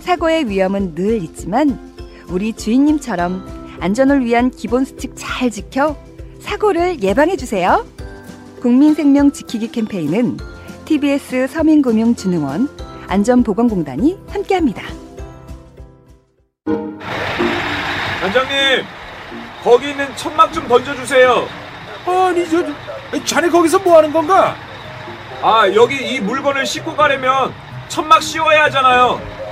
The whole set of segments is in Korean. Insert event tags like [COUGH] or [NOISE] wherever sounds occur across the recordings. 사고의 위험은 늘 있지만 우리 주인님처럼 안전을 위한 기본 수칙 잘 지켜 사고를 예방해 주세요. 국민 생명 지키기 캠페인은 TBS 서민금융진흥원 안전보건공단이 함께합니다. 원장님 거기 있는 천막 좀 던져주세요 아니 저 자네 거기서 뭐 하는 건가? 아 여기 이 물건을 싣고 가려면 천막 씌워야 하잖아요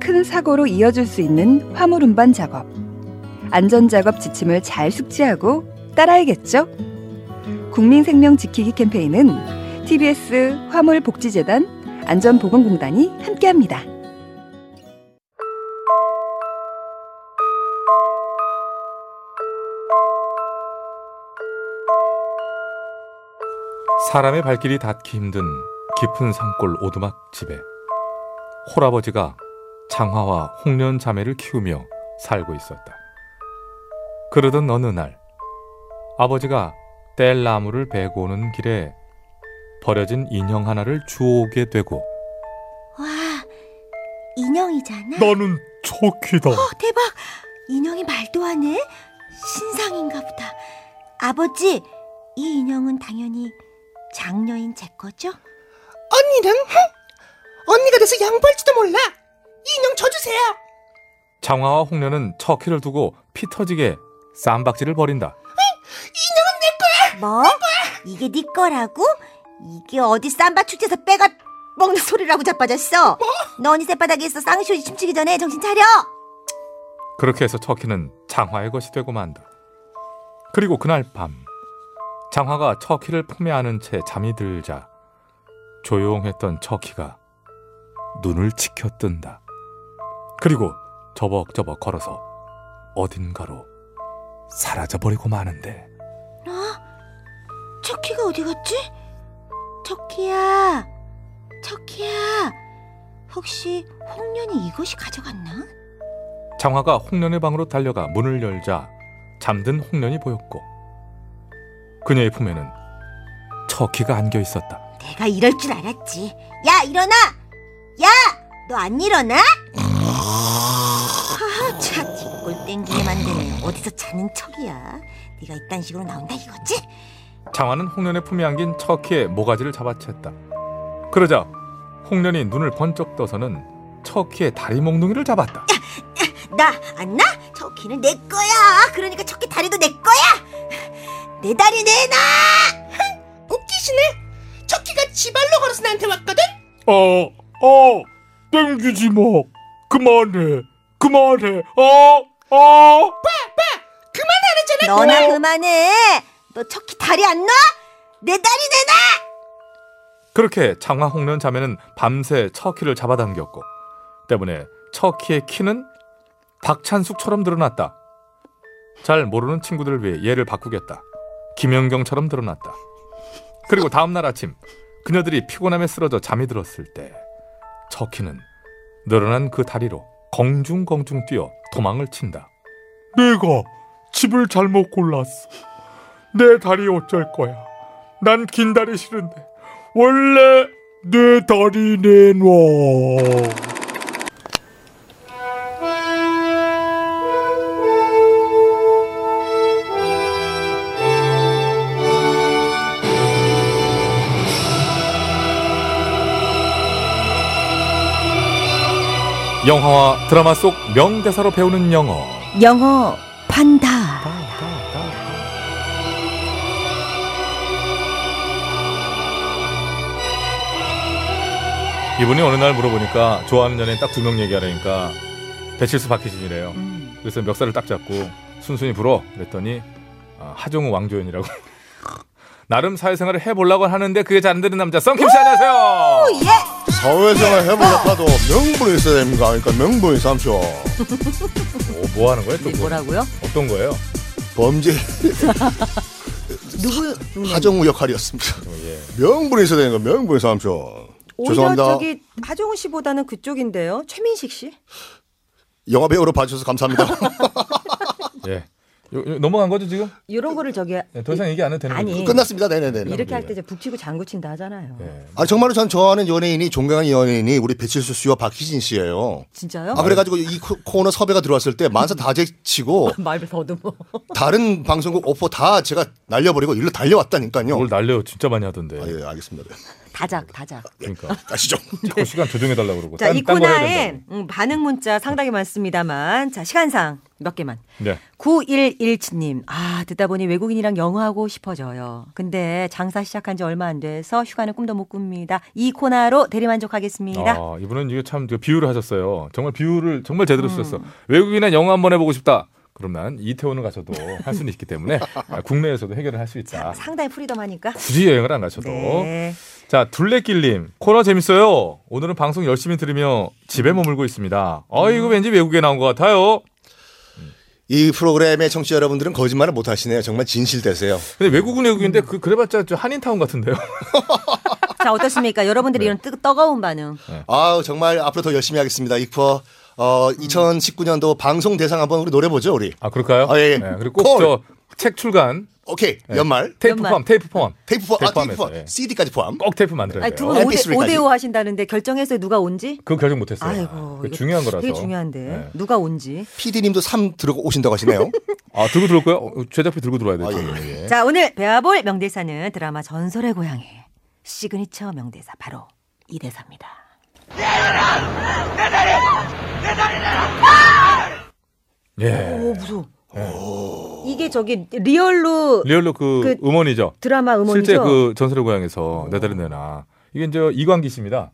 큰 사고로 이어질 수 있는 화물 운반 작업. 안전 작업 지침을 잘 숙지하고 따라야겠죠. 국민 생명 지키기 캠페인은 TBS 화물 복지재단 안전보건공단이 함께합니다. 네, 사람의 발길이 닿기 힘든 깊은 산골 오두막 집에 홀아버지가 장화와 홍련 자매를 키우며 살고 있었다. 그러던 어느 날 아버지가 뗄나무를 베고 오는 길에 버려진 인형 하나를 주워오게 되고 와, 인형이잖아. 나는 초키다. 어, 대박! 인형이 말도 안 해? 신상인가 보다. 아버지, 이 인형은 당연히 장녀인 제 거죠? 언니는 흥! 언니가 돼서 양보할지도 몰라. 이 인형 줘주세요. 장화와 홍련은 처키를 두고 피 터지게 쌈박질을 벌인다. 뭐? 이게 네 거라고? 이게 어디 쌈바 축제에서 빼가 먹는 소리라고 자빠졌어? 넌이 새바닥에서 쌍시옷이 춤추기 전에 정신 차려! 그렇게 해서 처키는 장화의 것이 되고 만다. 그리고 그날 밤 장화가 처키를 품에 안은 채 잠이 들자 조용했던 처키가 눈을 치켜 뜬다. 그리고 저벅저벅 걸어서 어딘가로 사라져버리고 마는데 척키가 어디 갔지? 척키야, 척키야. 혹시 홍련이 이것이 가져갔나? 장화가 홍련의 방으로 달려가 문을 열자 잠든 홍련이 보였고 그녀의 품에는 처키가 안겨 있었다. 내가 이럴 줄 알았지. 야, 일어나! 야! 너 안 일어나? 아, 참, 뒷골 땡기게 만드네. 어디서 자는 척이야. 네가 이딴 식으로 나온다 이거지? 장화는 홍련의 품에 안긴 처키의 모가지를 잡아챘다. 그러자 홍련이 눈을 번쩍 떠서는 처키의 다리 몽둥이를 잡았다. 나 안 나? 저 키는 내 거야. 그러니까 저키 다리도 내 거야. 내 다리 내놔. 웃기시네. 척키가 지발로 걸어서 나한테 왔거든. 아, 아, 땡기지 마. 그만해, 그만해. 아, 아. 너나 그만해. 너 저키 다리 안 놔? 내 다리 내놔. 그렇게 장화 홍련 자매는 밤새 처키를 잡아당겼고 때문에 처키의 키는 박찬숙처럼 드러났다. 잘 모르는 친구들을 위해 예를 바꾸겠다. 김연경처럼 드러났다. 그리고 다음 날 아침 그녀들이 피곤함에 쓰러져 잠이 들었을 때 처키는 늘어난 그 다리로 공중공중 뛰어 도망을 친다. 내가 집을 잘못 골랐어. 내 다리 어쩔 거야. 난 긴 다리 싫은데. 원래 내 다리 내놔. 영화와 드라마 속 명대사로 배우는 영어. 영어 판다. 이분이 어느 날 물어보니까 좋아하는 연예인 딱 두 명 얘기하라니까 배칠수 박희진이래요. 그래서 멱살을 딱 잡고 순순히 불어 그랬더니 아, 하종우 왕조연이라고 [LAUGHS] 나름 사회생활을 해보려고 하는데 그게 잘 안 되는 남자 썬킴 씨 안녕하세요. 사회생활 해보려고 해도 명분이 있어야 됩니까? 그러니까 명분이 삼촌. 오, 뭐 하는 거예요? 또 뭐, 뭐라고요? 어떤 거예요? [LAUGHS] 범죄 누구? 음. 하정우 역할이었습니다. 명분이 있어야 되는 거 명분이 삼촌. 오히려 네, 죄송합니다. 저기 하정우 씨보다는 그쪽인데요. 최민식 씨? 영화 배우로 봐주셔서 감사합니다. [LAUGHS] 예. 요- 요- 넘어간 거죠 지금? 이런 거를 저기 예, 더 이상 얘기 안 해도 되는 아니. 거죠? [LAUGHS] 끝났습니다. 네네네. 예. 이렇게 할 때 이제 북치고 장구친다 하잖아요. 예. 아 정말로 전 좋아하는 연예인이 존경하는 연예인이 우리 배칠수 씨와 박희진 씨예요. 진짜요? 아 그래가지고 이 코- 코너 섭외가 들어왔을 때 만사 다 제치고 말을 더듬어. 다른 방송국 오퍼 다 제가 날려버리고 일로 달려왔다니까요. 오늘 날려 진짜 많이 하던데. 아, 예 알겠습니다. 다작, 다작. 그러니까 아시죠? 자꾸 시간 조정해 달라고 그러고. 자, 딴- 이 딴거 해야 된다고. 코너에 음, 반응 문자 상당히 많습니다만. 자, 시간상 몇 개만. 네. 9117님, 아, 듣다 보니 외국인이랑 영어하고 싶어져요. 근데 장사 시작한 지 얼마 안 돼서 휴가는 꿈도 못 꿉니다. 이 코너로 대리만족하겠습니다. 아, 이분은 이게 참 그 비유를 하셨어요. 정말 비유를 정말 음. 제대로 쓰셨어. 외국인은 영어 한번 해보고 싶다. 그럼 난 이태원을 가서도 할 수는 있기 [LAUGHS] 때문에 아, 국내에서도 해결을 할 수 있다. 상당히 프리덤하니까. 굳이 여행을 안 가셔도. 네. 자, 둘레길님 코너 재밌어요. 오늘은 방송 열심히 들으며 집에 머물고 있습니다. 아, 음. 이거 왠지 외국에 나온 것 같아요. 이 프로그램의 청취자 여러분들은 거짓말을 못 하시네요. 정말 진실되세요. 근데 외국은 음. 외국인데 그 그래봤자 저 한인타운 같은데요. [LAUGHS] 자, 어떻습니까? 여러분들이 네. 이런 뜨, 뜨거운 반응. 아 정말 앞으로 더 열심히 하겠습니다. 이퍼 어, 2019년도 방송 대상 한번 우리 노려보죠 우리. 아, 그럴까요? 아, 예, 예. 네, 그리고 콜. 꼭 저 책 출간 오케이 예. 연말 테이프 연말. 포함, 테이프 포함, 테이프 포함, 아, 테이프 포함해서, 포함, 예. CD까지 포함. 꼭 테이프 네, 만들어요. 아니, 두분 5대, MP3 까지. 5대5 하신다는데 결정했어요. 누가 온지? 그거 결정 못했어요. 아이고. 네. 그거 이거 중요한 거라서. 되게 중요한데. 네. 누가 온지? PD님도 3 들고 오신다고 하시네요. 아 들고 들어올 거야? 어, 제작비 들고 들어와야 돼. 아, 예, 예, 예. 네. 자, 오늘 배워볼 명대사는 드라마 전설의 고향의 시그니처 명대사 바로 이 대사입니다. 예. 오, 무서워. 이게 저기 리얼로 리얼로 그, 그 음원이죠. 드라마 음원이죠? 실제 그 전설의 고향에서 내 다른 내나 이게 이제 이광기 씨입니다.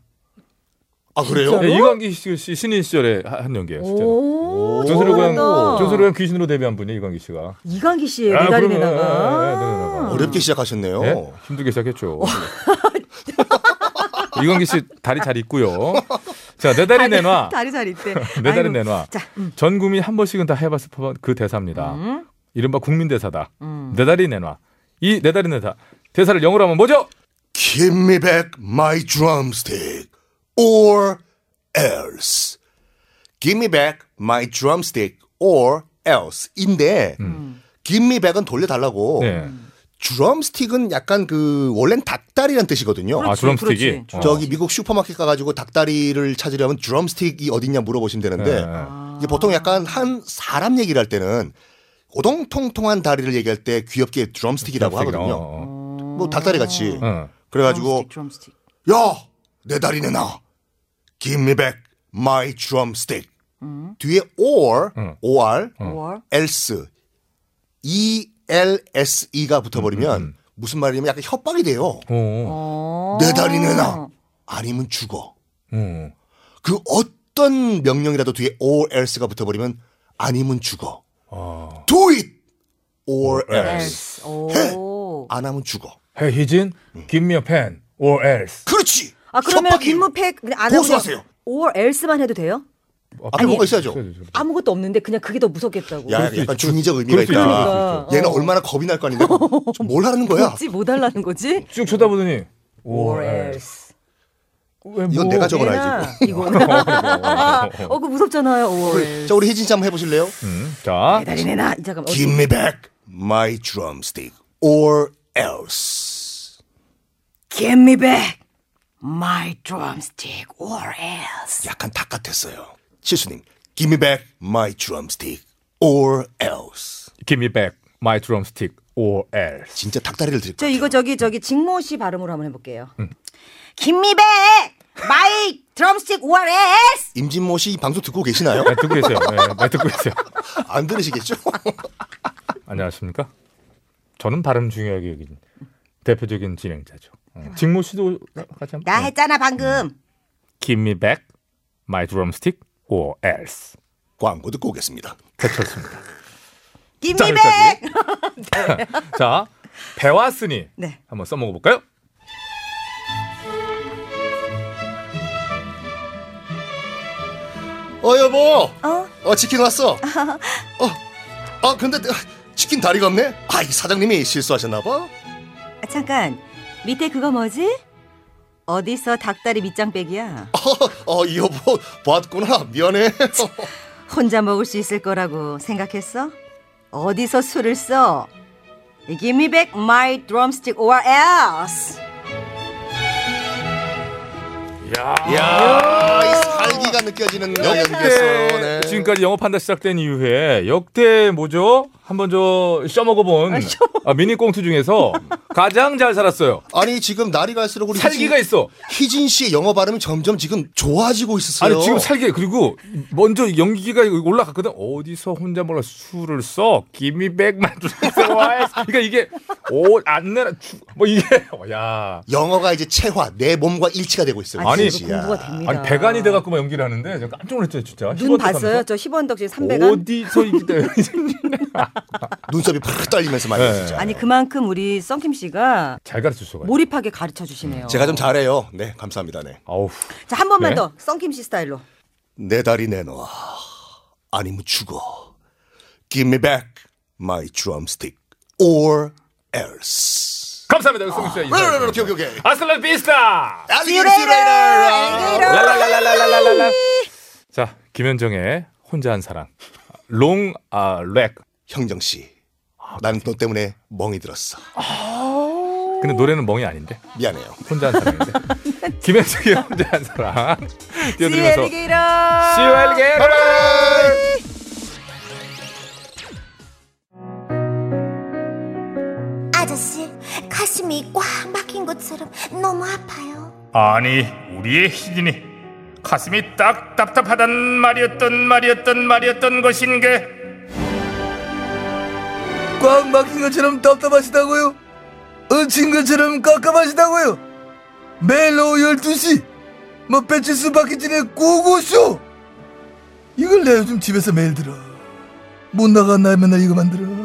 아 그래요? 예, 이광기 씨, 씨 신인 시절에 하- 한 연기예요. 실제. 오, 전설의 고향 잘한다. 네, 전설의 고향 귀신으로 데뷔한 분이 이광기 씨가. 이광기 씨의 아, 메달이 그러면, 예, 예, 예, 내다가 내다가. 어렵게 시작하셨네요. 예? 힘들게 시작했죠. 어. 이광기 씨 다리 잘 있고요. 자, 내 다리 내놔. 다리 [LAUGHS] 잘 있대. 내 다리 아이고. 내놔. 자, 음, 전 국민 한 번씩은 다 해봤을 법한 그 대사입니다. 음, 이른바 국민 대사다. 음. 내 다리 내놔. 이 내 다리 내놔. 대사를 영어로 하면 뭐죠? Give me back my drumstick or else. Give me back my drumstick or else인데 give me back은 돌려달라고. 음. 네. 음. 드럼스틱은 약간 그 원래는 닭다리란 뜻이거든요. 아, 드럼스틱이. 그렇지. 어. 저기 미국 슈퍼마켓 가가지고 닭다리를 찾으려면 드럼스틱이 어딨냐 물어보시면 되는데 예, 예. 이게 보통 약간 한 사람 얘기를 할 때는 오동통통한 다리를 얘기할 때 귀엽게 드럼스틱이라고 하거든요. 어, 뭐 닭다리 같이. 어. 어. 그래가지고 드럼스틱. 야 내 다리 내놔. Give me back my drumstick. 뒤에 or, 음. 음. or, 월. else, e l s e가 음, 붙어버리면 무슨 말이냐면 약간 협박이 돼요. 음. 어. 내 다리 내놔. 아니면 죽어. 어. 그 어떤 명령이라도 뒤에 or else가 붙어버리면 아니면 죽어. Do it or else. S. 오. 안 하면 죽어. Hey, 희진, 음. give me a pen or else. 그렇지. 아 그러면 협박이에요. 김무팩 그냥 안 하고 고소하세요. or else만 해도 돼요? 앞에 뭐가 있어야죠. 아무것도 없는데 그냥 그게 더 무섭겠다고. 야, 수 약간 있죠. 중의적 그럴 의미가 수 있죠. 있다. 그러니까. 얘는 얼마나 겁이 날 거 [LAUGHS] 아닌데 저뭘 하라는 거야? 혹시 못 하려는 뭐 거지? 쭉 쳐다보더니 or or else. else. 왜 이건 내가 적어놔야지 얘나 이거. [LAUGHS] 어, 그거 무섭잖아요. or else. 자, [LAUGHS] 우리 혜진 씨 한번 해보실래요? 음, 자, 배달이 내나. 이 잠깐. 어, Give me back my drumstick or else. Give me back my drumstick or else. 약간 닭 같았어요. 칠수님, Give me back my drumstick or else. give me back my drumstick or else. 진짜 닭다리를 드릴 네, 저 거예요. 이거 저기 저기 직모 씨 발음으로 한번 해볼게요. 김미배 마이 드럼스틱 ORS 임진모 씨 이 방송 듣고 계시나요? 네, 듣고 계세요. 네, 네, 듣고 계세요. 안 들으시겠죠? [LAUGHS] 안녕하십니까? 저는 발음 중요하게 여기는 대표적인 진행자죠. 어, 직모 씨도 같이 한번. 나 했잖아 방금 Give me back my drumstick or else. 광고 듣고 오겠습니다. 배철수입니다. 자, 김미백 여기까지. 자, [LAUGHS] 배웠으니 네. 한번 써먹어 볼까요? 어 여보. 어? 어 치킨 왔어. 어. 아 근데 내- 치킨 다리가 없네. 아 이 사장님이 실수하셨나 봐. 아, 잠깐 밑에 그거 뭐지? 어디서 닭다리 밑장빼기야? 어 이 여보 봤구나. 미안해. 혼자 먹을 수 있을 거라고 생각했어? 어디서 술을 써? Give me back my drumstick or else 야, 아, 이 살기가 느껴지는 연기에서. 네. 지금까지 영업한다 시작된 이후에 역대 뭐죠? 한번 저 써먹어본 아, 미니 꽁트 중에서 가장 잘 살았어요. 아니 지금 날이 갈수록 우리 살기가 희진, 있어. 희진 씨의 영어 발음이 점점 지금 좋아지고 있었어요. 아니 지금 살게 그리고 먼저 연기가 올라갔거든 어디서 혼자 몰라 술을 써 김이 백만 들어와 그러니까 이게 옷안 내라 주- 뭐 이게 야 영어가 이제 체화 내 몸과 일치가 되고 있어요. 아니, 희진 씨야. 공부가 됩니다. 아니 배간이 돼갖고 막 연기를 하는데 제가 깜짝 놀랐죠 진짜 눈 봤어요? 저 10원 덕질 300원? 어디서 이기 때문에 눈썹이 팍 떨리면서 말이야 네. 진짜. 아니 그만큼 우리 썬킴 씨가 잘 가르쳐 줘가지고 몰입하게 가르쳐 주시네요. 제가 좀 잘해요. 네 감사합니다. 네. 아우 자, 한 번만 네. 더 썬킴 씨 스타일로. 내 다리 내놔. 아니면 죽어. Give me back my drumstick or else. 감사합니다 승민 씨 네, 네, 네, 오케이 오케이 오케이. 아슬란 비스타 알리게이터 라이더. 라라라라라라라라 자 김현정의 혼자 한 사랑 롱아렉 형정 씨. 나는 너 때문에 멍이 들었어. 근데 노래는 멍이 아닌데 미안해요. 혼자 한 사람인데 김현숙이 혼자 한 사람 뛰어들면서 See you later. 시웰게 아저씨, 가슴이 꽉 막힌 것처럼 너무 아파요. 아니 우리의 희진이 가슴이 딱 답답하단 말이었던 말이었던 말이었던 것인게 꽉 막힌 것처럼 답답하시다고요? 얹힌 것처럼 깝깝하시다고요? 매일 오후 12시 뭐 배치수 박희진의 고고쇼 이걸 내가 요즘 집에서 매일 들어 못 나간 날 맨날 이거 만들어